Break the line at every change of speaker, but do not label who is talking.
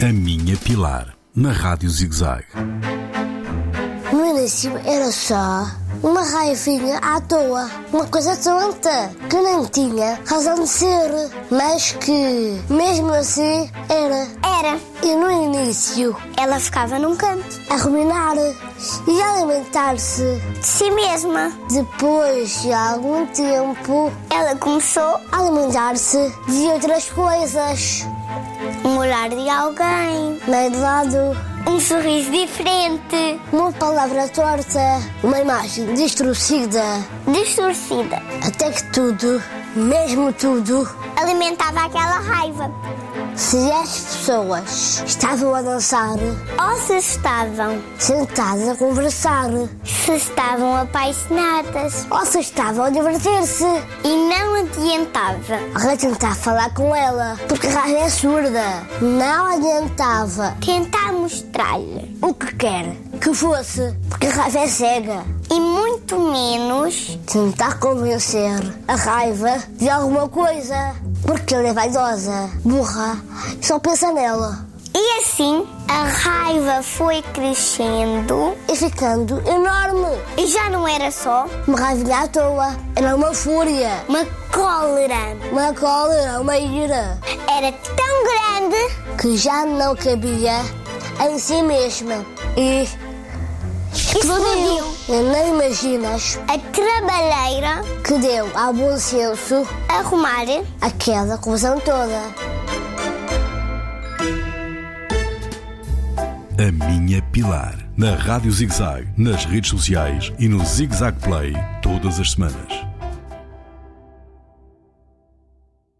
A Minha Pilar, na Rádio ZigZag.
No início era só uma raivinha à toa, uma coisa tonta, que não tinha razão de ser, mas que mesmo assim era.
Era.
E no início
Ela ficava num canto,
a ruminar e a alimentar-se.
de si mesma.
Depois de algum tempo,
Ela começou
a alimentar-se de outras coisas.
um olhar de alguém,
Meio de lado,
um sorriso diferente,
uma palavra torta, uma imagem distorcida.
distorcida.
Até que tudo, mesmo tudo,
Alimentava aquela raiva.
se as pessoas estavam a dançar,
Ou se estavam,
sentadas a conversar,
se estavam apaixonadas
ou se estavam a divertir-se,
e não adiantava.
alguém tentar falar com ela, porque a rádio é surda, não adiantava
Tentar mostrar-lhe.
o que quer que fosse, porque a raiva é cega.
E muito menos
Tentar convencer a raiva de alguma coisa, porque ela é vaidosa, burra, e só pensa nela.
E assim a raiva foi crescendo
E ficando enorme.
e já não era só
Uma raivinha à toa, era uma fúria,
uma cólera.
uma cólera, uma ira,
Era tão grande
que já não cabia em si mesma. E
que explodiu.
E nem imaginas
A trabalheira
que deu ao bom senso
arrumar
aquela confusão toda.
A Minha Pilar, na Rádio ZigZag, nas redes sociais e no ZigZag Play, todas as semanas.